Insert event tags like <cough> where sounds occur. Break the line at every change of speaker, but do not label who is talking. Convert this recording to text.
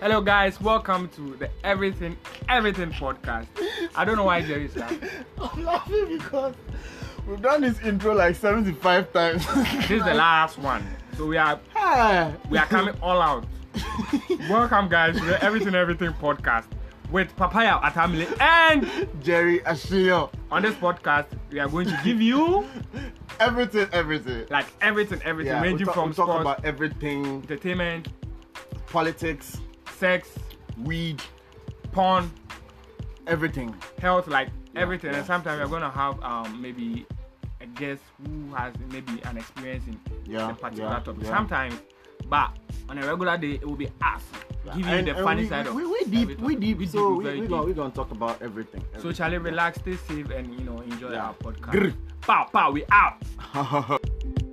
Hello, guys. Welcome to the Everything Everything podcast. I don't know why Jerry is laughing.
I'm laughing because we've done this intro like 75 times.
This is the last one, so we are
<laughs> Hi.
we are
<laughs>
coming all out. Welcome, guys, to the Everything Everything podcast with Papaya Atamile. And
Jerry Ashio.
on this podcast, we are going to give you
Everything, everything.
like everything, everything
we
ranging
talk-
from
we talk
sports,
about everything
entertainment,
politics,
sex,
weed,
porn,
everything.
health, like everything. And
yeah.
sometimes we're gonna have um maybe a guest who has maybe an experience in
Yeah,
a particular
yeah,
topic.
yeah.
Sometimes, but on a regular day, it will be us giving
And-
you the
and
funny
we,
side of
we, we deep,
everything.
we deep, so
we
we,
very
we,
deep.
gonna, we gonna talk about everything.
So Charlie, relax, stay safe, and you know enjoy
Yeah.
our podcast.
Grr.
Pow pow, we out.
<laughs> everything.